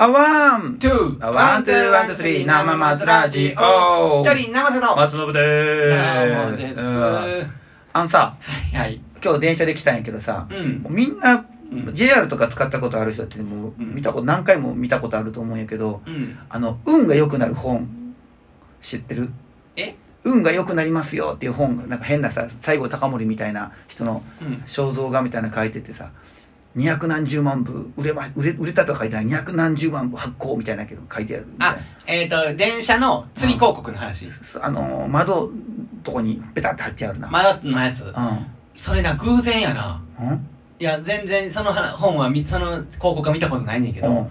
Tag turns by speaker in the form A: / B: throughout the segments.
A: あワン
B: トゥ
A: あワンツーワンツースリー生松ラジオ
B: 一人生瀬の
A: 松信で
B: どうも
A: ー
B: です
A: す。
B: は
A: うんあのさ、
B: いはい
A: 今日電車で来たんやけどさ
B: う、ん
A: みんな
B: うん
A: JR とか使ったことある人ってもう
B: うん
A: 見たこと、何回も見たことあると思うんやけど、
B: うん
A: あの、運が良くなる本、知ってる
B: え
A: 運が良くなりますよっていう本が、なんか変なさ、西郷隆盛みたいな人の
B: うん
A: 肖像画みたいなの書いててさ、二百何十万部売れま売れ売れたとか書いてない二百何十万部発行みたいなけど書いてあるみたい
B: あ
A: な
B: えっと電車の釣り広告の話
A: すあのー窓とこにペタって貼ってあるな、
B: マダのやつ
A: う
B: それな偶然やなん
A: うん
B: いや全然その話本は見その広告は見たことないねんけ
A: う
B: ど
A: ん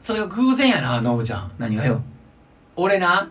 B: それが偶然やなノブちゃん
A: 何がよ
B: 俺な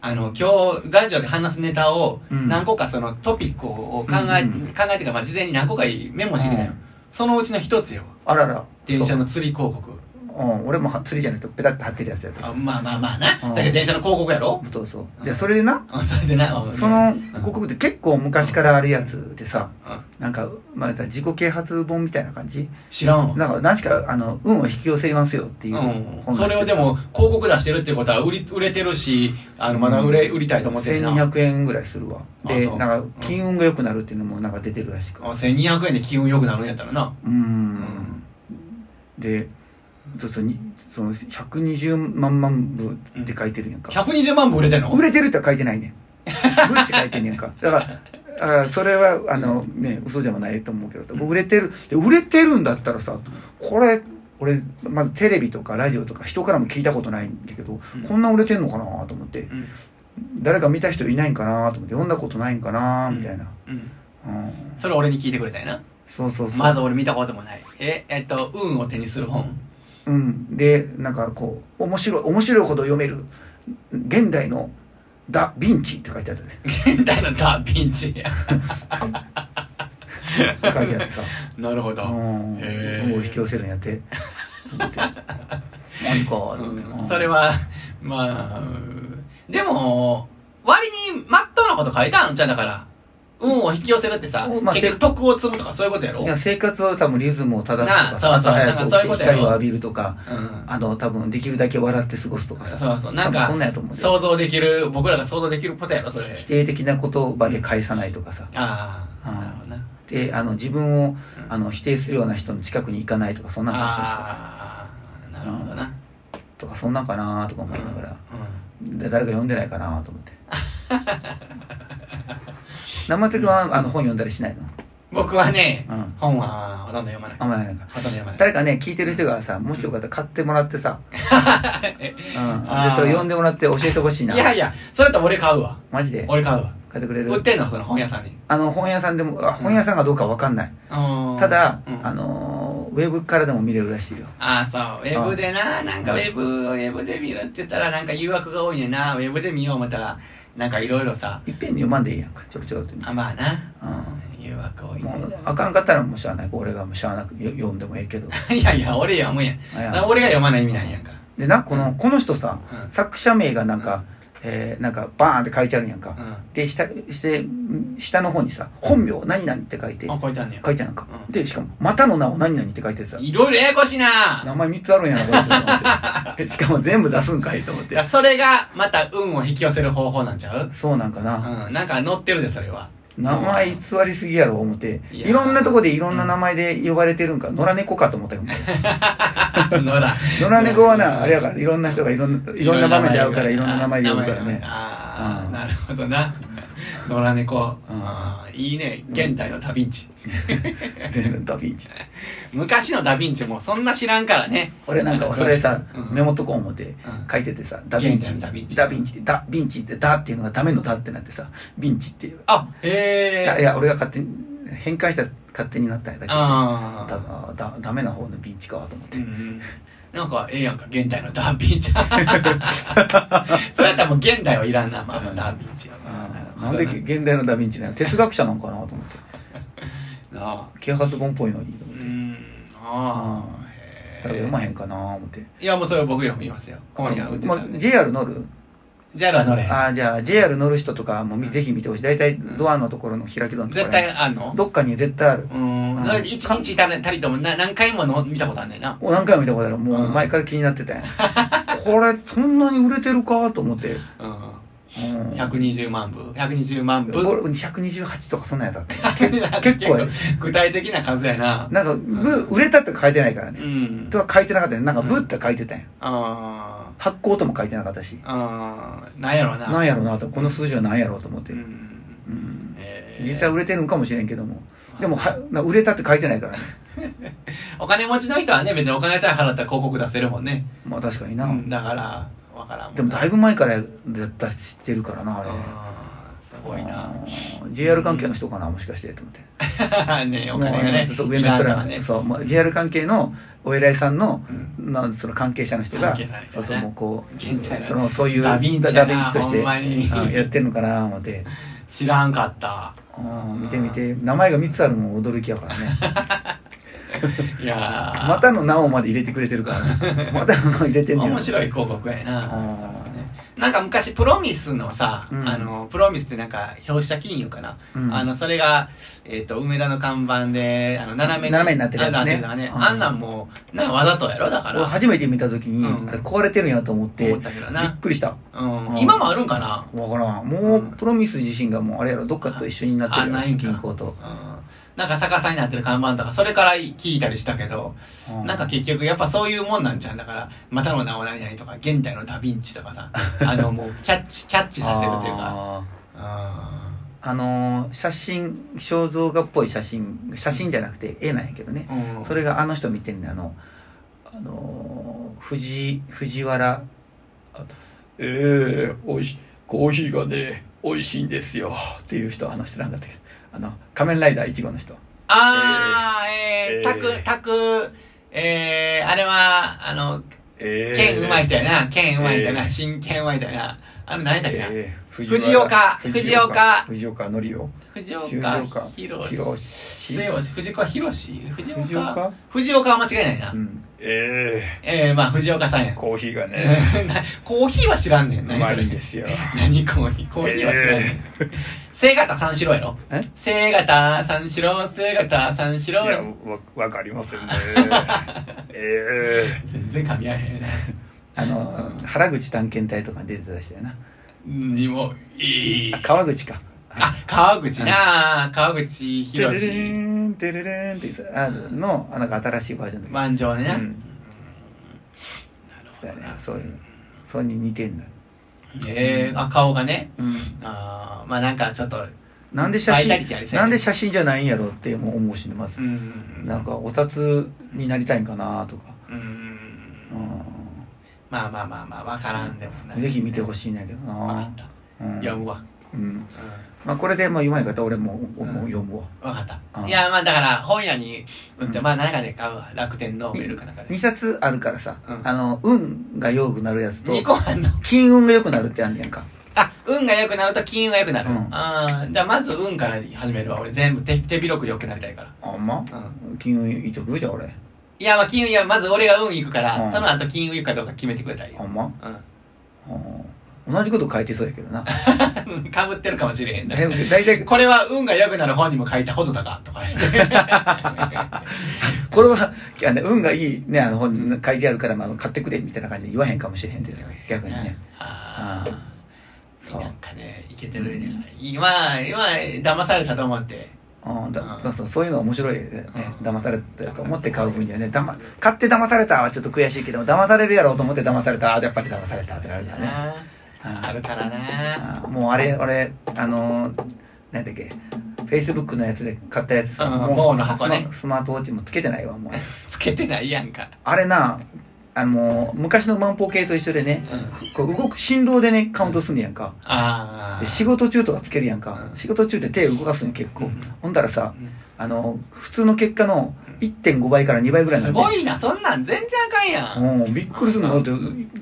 B: あの今日ラジオで話すネタを
A: うん
B: 何個かそのトピックを考え、
A: うんうん
B: 考えてか、まあ、事前に何個かメモしてきたよ、
A: うん
B: そのうちの一つよ
A: あらら
B: 電車
A: の
B: の釣り広告
A: うん俺もは釣りじゃなくてペタって貼ってるやつやった
B: あまあまあまあな、
A: うん
B: だけど電車の広告やろ
A: そうそう
B: う
A: で
B: ん
A: それでな
B: うんそれでな、うん
A: その広告って結構昔からあるやつでさ
B: うん
A: なんかまあ自己啓発本みたいな感じ
B: 知らんわ
A: なんか何しかあの運を引き寄せますよっていう
B: うん
A: 本
B: それをでも広告出してるってことは売り売れてるしあのまだ売れ、売りたいと思ってるな
A: 1200円ぐらいするわで
B: あそう
A: なんか金運が良くなるっていうのもなんか出てるらしく
B: あ1200円で気運良くなるんやったらな
A: うんでそうそうにその120万万部って書いてるやんか、
B: 120万部売れてんの
A: 売れてるとは書いてないねんブって書いてんねんかだからあーそれはあのね嘘じゃないと思うけど売れてるで売れてるんだったらさこれ俺まずテレビとかラジオとか人からも聞いたことないんだけど、
B: うん
A: こんな売れてんのかなと思って
B: うん
A: 誰か見た人いないんかなと思って読んだことないんかなみたいな、
B: うん
A: うん
B: それ俺に聞いてくれたよな
A: そうそうそう、
B: まず俺見たこともないええっと運を手にする本
A: うん、でなんかこう面白い面白いほど読める現代のダ・ヴィンチって書いてあったね
B: 現代のダ・ヴィンチ
A: 書いてあ ってさ
B: なるほど、
A: うん
B: へー
A: もう引き寄せるんや って思って何かあるんだよな
B: それは まあうんでも割にまっとうなこと書いてあるんちゃうだから運を引き寄せるってさ、
A: まあ
B: 結局
A: せ
B: 徳を積むとかそういうことやろ
A: いや生活は多分リズムを正すとか
B: な
A: さ
B: あそうそ
A: 朝
B: う
A: 早
B: なん
A: く
B: かそう
A: 起
B: い
A: き
B: うこ
A: て
B: とやろ
A: 光を浴びるとか
B: うん
A: あの多分できるだけ笑って過ごすとかさ
B: そうそうなんか
A: 多分そんなんやと思うんだよ
B: 想像できる僕らが想像できることやろそれ
A: 否定的な言葉で返さないとかさ、
B: ああ
A: うん
B: なるほどな
A: であの自分を
B: うん
A: あの否定するような人の近くに行かないとかそんな話をした
B: ああなるほどな
A: とかそんなんかなとか思いながら、
B: う
A: で誰か読んでないかなと思って 生手君はあの本読んだりしないの
B: ん僕はね
A: うん
B: 本はほとんど読まない
A: あ
B: ほ
A: んまりないか
B: とんど読まない
A: 誰かね聞いてる人がさもしよかったら買ってもらって さ、うん、で
B: ー
A: それ読んでもらって教えてほしいない
B: やいやそれと俺買うわ
A: マジで
B: 俺買うわ
A: 買ってくれ
B: 売っ
A: る
B: てんのその本屋さんに
A: あの本屋さんでもあ本屋さんがどうかわかんない、た
B: た
A: だ、
B: うん
A: あのーウェブからでも見れるらしいよ
B: ああそうウェブでななんかウェブウェブで見るって言ったらなんか誘惑が多いねんなウェブで見よう思ったらなんかいろいろさ
A: いっぺんに読まんでいいやんかちょろちょろって見て
B: あまあな
A: う
B: 誘惑多い
A: んも
B: ね
A: うあかんかったらもうしゃあない俺がもうしゃあなくよ読んでもええけ ど
B: いやいや俺読むやん
A: あや
B: だから俺が読まない意味なんやんか
A: でなこのこの人さ、
B: うん
A: 作者名がなんか、えーなんかバーンって書いてあるんやんか、
B: うん
A: で下して下の方にさ本名何々って書いて
B: あこいてあんねや
A: 書いてあるんか、
B: うん
A: でしかも「またの名を何々」って書いてさ
B: いろいろややこしいな
A: 名前3つあるんやなこれと思って しかも全部出すんかいと思っ
B: い
A: て
B: やそれがまた運を引き寄せる方法なんちゃう
A: そうなんかな、
B: うんなんか載ってるでそれは
A: 名前偽りすぎやろ思って
B: いや
A: いろんなとこでいろんな名前で呼ばれてるんか、野良猫かと思ったよ
B: 野良
A: 野良猫はなあれやからいろんな人がいろんないろんな場面で会うからいろんな名前で呼ぶからね
B: ああ
A: う
B: ー
A: ん
B: なるほどな野良猫
A: うん
B: あーいいね現代のダヴィンチ
A: 全部ダヴィンチって
B: 昔のダヴィンチもそんな知らんからね
A: 俺なんかそれさ、
B: うん
A: メモっとこう思って
B: うん
A: 書いててさ、ダヴィン
B: 現代のダヴィ
A: チ、
B: ンチ
A: ダヴィンチって、ダヴィンチって、ダっていうのがダメのダってなってさ、ヴィンチっていう。
B: あ
A: いや、
B: へ
A: い
B: え
A: や俺が勝手に、変換したら勝手になったんやだけど、
B: あ
A: だ
B: あ
A: あだダメな方のヴィンチかと思っ
B: う
A: て。
B: んなんかええやんか現代のダヴィンチ それやったらもう現代はいらんなまあまあダヴィンチや
A: あーな
B: な
A: んで現代のダヴィンチなの哲学者なんかなと思って。
B: なあ
A: 啓発本っぽいのにと思
B: う
A: っ
B: ー
A: て。
B: んああ
A: だから読まへんかなと思って。
B: いやもうそれは僕読みますよ今夜打ってた
A: ま
B: んで、
A: JR 乗る
B: JR は乗れへん。
A: あーじゃあ JR 乗る人とかもみぜひ見てほしい大体
B: ん
A: ドアのところの開き戸のところ
B: 絶対あんの
A: どっかに絶対ある
B: うーん。
A: あ
B: それ一日たりたりともな何回もの見たことあんねんな。
A: もう何回も見たことあるもう
B: うん
A: 前から気になってたやんこれそんなに売れてるかと思って、
B: うん。
A: うん、
B: 120万部。120万部。
A: 俺128とかそんなんやった け結構やる
B: 具体的な数やな。
A: なんか、ぶ、売れたって書いてないから
B: う
A: ね。
B: ん
A: と。は書いてなかったね。なんか、ぶって書いてたんや。
B: あ
A: 発行とも書いてなかったし。
B: ーあー。なんやろな。
A: なんやろうなと、この数字はなんやろうと思って。
B: う
A: うん
B: ん。えー
A: 実際売れてるんかもしれんけども。でも、は、な売れたって書いてないからね。
B: お金持ちの人はね、別にお金さえ払ったら広告出せるもんね。
A: まあ確かにな。
B: うんだから、わからんんな
A: でも、だいぶ前から出してるからな、あれ。
B: あーすごいな。
A: うん JR 関係の人かな、もしかして、と思って。
B: ねお金がね、
A: もうあの上の人、
B: いらんとからね。
A: そう、まあ JR 関係のお偉いさんの、
B: うん
A: なその関係者の人が、
B: 関係者の人
A: そう
B: ね
A: そう、もうこう、
B: 現代の
A: その、そういう、
B: ダヴィンチやな
A: ダヴィンチとして、
B: ほんまに
A: うんやってるのかな、思って。
B: 知らんかった。
A: うん見て見て名前が3つあるのも驚きやからね
B: いやー
A: またの名をまで入れてくれてるから ねまたの名を入れてんねや
B: 面白い広告やな。
A: あー
B: なんか昔、プロミスのさ、
A: うん
B: あの、プロミスってなんか、表社金融かな、
A: うん
B: あの、それが、えっ、と、梅田の看板で、あの、斜め
A: 斜めになってるやつね
B: あなってるやつ
A: うん
B: あんなんもう、なんかわざとやろだか
A: 俺
B: ら、
A: 初めて見た時に、
B: うん
A: あれ壊れてるんやと思って
B: 思ったけど
A: びっ
B: な。
A: くりした
B: う。
A: うんん
B: 今もあるんかな
A: わからんもう、
B: うん
A: プロミス自身がもうあれやろどっかと一緒になってる
B: あ
A: や
B: な
A: ろ
B: いんか
A: 銀行と
B: うん。なんか逆さになってる看板とか、それから聞いたりしたけど、
A: う
B: なんか結局やっぱそういうもんなんじゃん。だから、またの名を何々とか、現代のダヴィンチと かさ、あの、もう、キャッチ、キャッチさせるというか。
A: あー
B: うん
A: あのー写真肖像画っぽい写真写真じゃなくて絵なんやけどね、
B: うん
A: それがあの人見てんねんあの、あのー藤藤原ええおいしコーヒーがね美味しいんですよっていう人は話してなかったけどあの仮面ライダー1号の人
B: あー、
A: え
B: えー、
A: ー
B: たく、たく、えー、あれは、あの、
A: え
B: 剣うまい人やな、剣うまい人や
A: え
B: な、
A: ー
B: 真剣うまい人やな、あの、何やったっけな、
A: 藤
B: 藤岡藤岡
A: 藤岡のりお
B: 藤岡
A: 広
B: 弘
A: し
B: 強し、藤子博士藤
A: 藤
B: 岡
A: 岡
B: 藤岡は間違いないな。
A: うん
C: え
B: えー、まあ、藤岡さん
C: え
B: や。
C: コーヒーがね、
B: コーヒーは知らんねん。
C: う
B: 何
C: ま
B: そ
C: いん
B: れ
C: で。すよ。
B: 何コーヒーコーヒーは知らんねん。聖方三四郎やろ
A: え
B: 聖方三四郎、聖方三四
C: いや、
B: 郎。
C: わ、わかりま せんね。え
B: 全然噛み合えへんね。
A: あの原口探検隊とかに出てた人やな
B: にも、いい
A: あ。川口か
B: あ、川口なあ、川口
A: テレ
B: 博
A: レ
B: 士。
A: ンテレレンって言ってたあのあなんか新しいバージョンの時
B: 満場でね。
A: うんそうやねそういうそうに似てんのよ
B: ええあ、顔がね。
A: うん
B: あーまあなんかちょっと、
A: なんで写
B: バイタリ
A: 真
B: ティありそうやね
A: なんで写真じゃないんやろってもう思うしねまず
B: う、ん。
A: なんかお札になりたいんかなとか、
B: うん。
A: う
B: まあまあまあまあ、わからんでもない。
A: ん、ぜひ見てほ
B: しい。
A: しいんやけど
B: わか
A: な
B: っ、た。
A: うん
B: 読むわ。
A: うん
B: うん
A: まあ、これでまあ読まない方俺もう
B: うん
A: もう読むわ、
B: わかっ
A: う
B: た。
A: ん
B: いや、まあだから、本屋に売って、
A: うん
B: まあなんかで買うわ。楽天のメールかなんかで
A: 二。2冊あるからさ、
B: うん
A: あの運が良くなるやつと
B: 2個あんの。
A: 金運が良くなるってあんねやんか
B: あ、運が良くなると金運が良くなる。
A: うん
B: ああ、じゃあまず運から始めるわ。俺全部手手広く良くなりたいから。
A: あんま
B: うん。
A: 金運いいとくじゃあ俺
B: いや、まあ、金運、いや、まず俺が運行くから、
A: うん
B: その後金運行くかどうか決めてくれたらいい
A: あ
B: よ。
A: んま
B: う
A: うん同じこと書いてそうやけど な
B: ん。かぶってるかもしれへんな。
A: だいぶ大体
B: これは運が良くなる本にも書いたことだか、とか。
A: これは、あの運がいいね、あの本に書いてあるから、まあ、買ってくれみたいな感じで言わへんかもしれへんけど、逆にね。。
B: あ
A: そ
B: あ。
A: う
B: なんかね、いけてるね。今、今、騙されたと思って。
A: うんだ
B: うん
A: そうそうそういうの面白いよね
B: うん
A: 騙されたと思って買う分にはねだま買って騙されたはちょっと悔しいけど騙されるやろうと思って騙されたあやっぱり騙されたってなるからね
B: あーあるからな。
A: うんうんもうあれ俺あのー何だっけフェイスブックのやつで買ったやつさ
B: うん
A: もう
B: 棒の箱ね
A: スマスマートウォッチもつけてないわもう
B: つけてないやんか。
A: あれなあのー昔の万歩計と一緒でね
B: うん。
A: こう動く振動でねカウントすんねやんか
B: ああ
A: で。仕事中とかつけるやんか、
B: うん
A: 仕事中って手動かすんよ結構、
B: うん
A: ほんだらさ
B: うん
A: あの普通の結果の1.5倍から2倍ぐらいな
B: す
A: ん
B: ごいな、そんなん全然あかんやん。
A: うんびっくりするのだって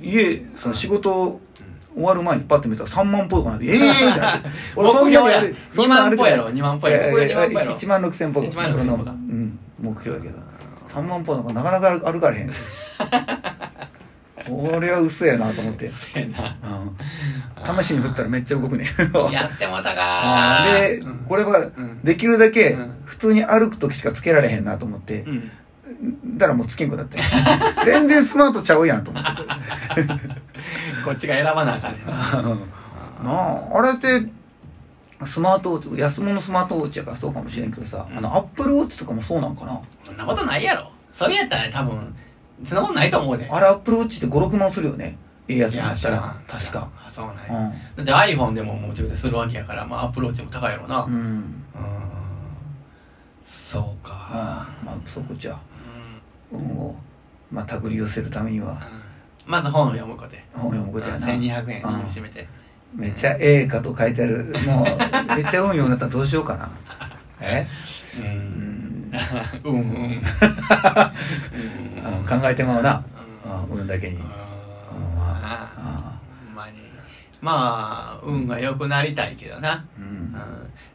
A: 家その仕事終わる前にパッと見たら3万歩とかなってええー、ってなって
B: 目標や。
A: そ
B: 2
A: んなあ
B: 万
A: れ
B: 歩やろ、2万歩やろ。目標2万歩やろ。
A: 1万6000歩
B: 1万6000歩か
A: うん目標やけど3万歩なんかなかなか歩かれへん俺は嘘やなと思って、
B: そうやな。
A: うん、試しに振ったらめっちゃ動くね
B: やってもうたか
A: あーで、
B: うん
A: これは
B: うん
A: できるだけ
B: うん
A: 普通に歩く時しかつけられへんなと思って
B: う、ん。
A: だからもうつけんくなってん全然スマートちゃうやんと思って
B: こっちが選ばなあかんねんな。
A: なああれってスマートウォッチ安物のスマートウォッチやからそうかもしれんけどさ、
B: うん
A: あのアップルウォッチとかもそうなんかな
B: そんなことないやろ。それやったら多分、そんなことないと思うで。
A: あれアップルウォッチって56万するよねいいやつ
B: い
A: だ
B: や、
A: っ
B: 知
A: た
B: ら
A: ら
B: ん。
A: 確か、
B: あ、そうなん
A: う
B: や。
A: ん
B: だって iPhone でももちろんするわけやから、まあアップローチも高いやろな。
A: う
B: うん。
A: ん
B: そうか。
A: まあまあそこじゃ
B: うん
A: 運を、まあ、手繰り寄せるためには
B: まず本を読むことや。
A: 本を読むことやな
B: 1200円
A: うん
B: 握りしめて。
A: めっちゃええかと書いてあるも うめっちゃ運ようになったらどうしようかなえ
B: う。
A: うんん、
B: うんうん。うんう
A: う
B: ん
A: ん考えてまうな、う
B: うん
A: ん、運だけに、
B: う
A: うんん
B: まあ
A: あ
B: ほんまにまあ運が良くなりたいけどな、
A: ーう
B: うんん、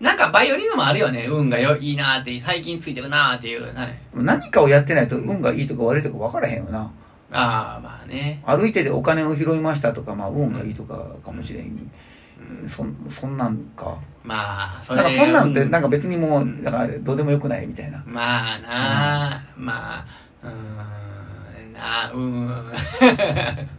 B: なんかバイオリンのもあるよね運がよいいなーって最近ついてるなーっていうはい
A: 何かをやってないと運がいいとか悪いとか分からへんよな
B: ああまあね
A: 歩いててお金を拾いましたとか、まあ、運がいいとかかもしれん、そんそんなんか
B: まあそ
A: なん
B: れ
A: かそんなんで
B: う
A: なんか別にも
B: う
A: うんだからどうでもよくないみたいな
B: まあなあ、まあうーんなあうーんうーん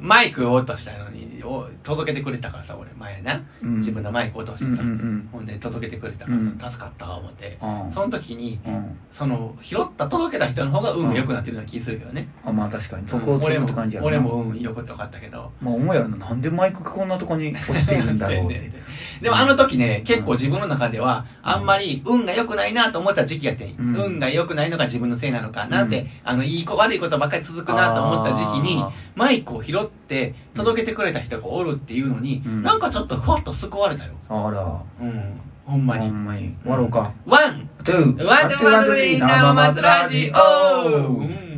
B: マイクを落としたのにお届けてくれたからさ俺前な、
A: うん
B: 自分のマイク落としてさ、
A: うんうんうん
B: ほんで届けてくれたからさ、
A: うん
B: 助かった思って、
A: うん
B: その時に
A: うん
B: その拾った届けた人の方が運良くなってるような気するけどね、
A: あまあ確かに
B: う
A: そ
B: ん
A: こをつ
B: 俺
A: る
B: も
A: って感じやろ
B: 俺
A: な
B: も運良くよかったけど
A: まあ思うやろななんでマイクがこんなとこに落ちているんだろうっ
B: そうやね
A: て
B: んでもあの時ね、結構自分の中では、
A: うん
B: あんまり運が良くないなと思った時期やってん。
A: うん
B: 運が良くないのが自分のせいなのか、
A: ん
B: なんせ、あの、いいこ、悪いことばっかり続くなと思った時期に
A: あー、
B: マイクを拾って届けてくれた人がおるっていうのに、
A: うん
B: なんかちょっとふわっと救われたよ。
A: あら
B: うん。ほんま
A: ほ
B: に。
A: んまに終わろうか、
B: ワン
A: トゥー
B: ワンツーワンツーリー生松ラジオ、
A: うん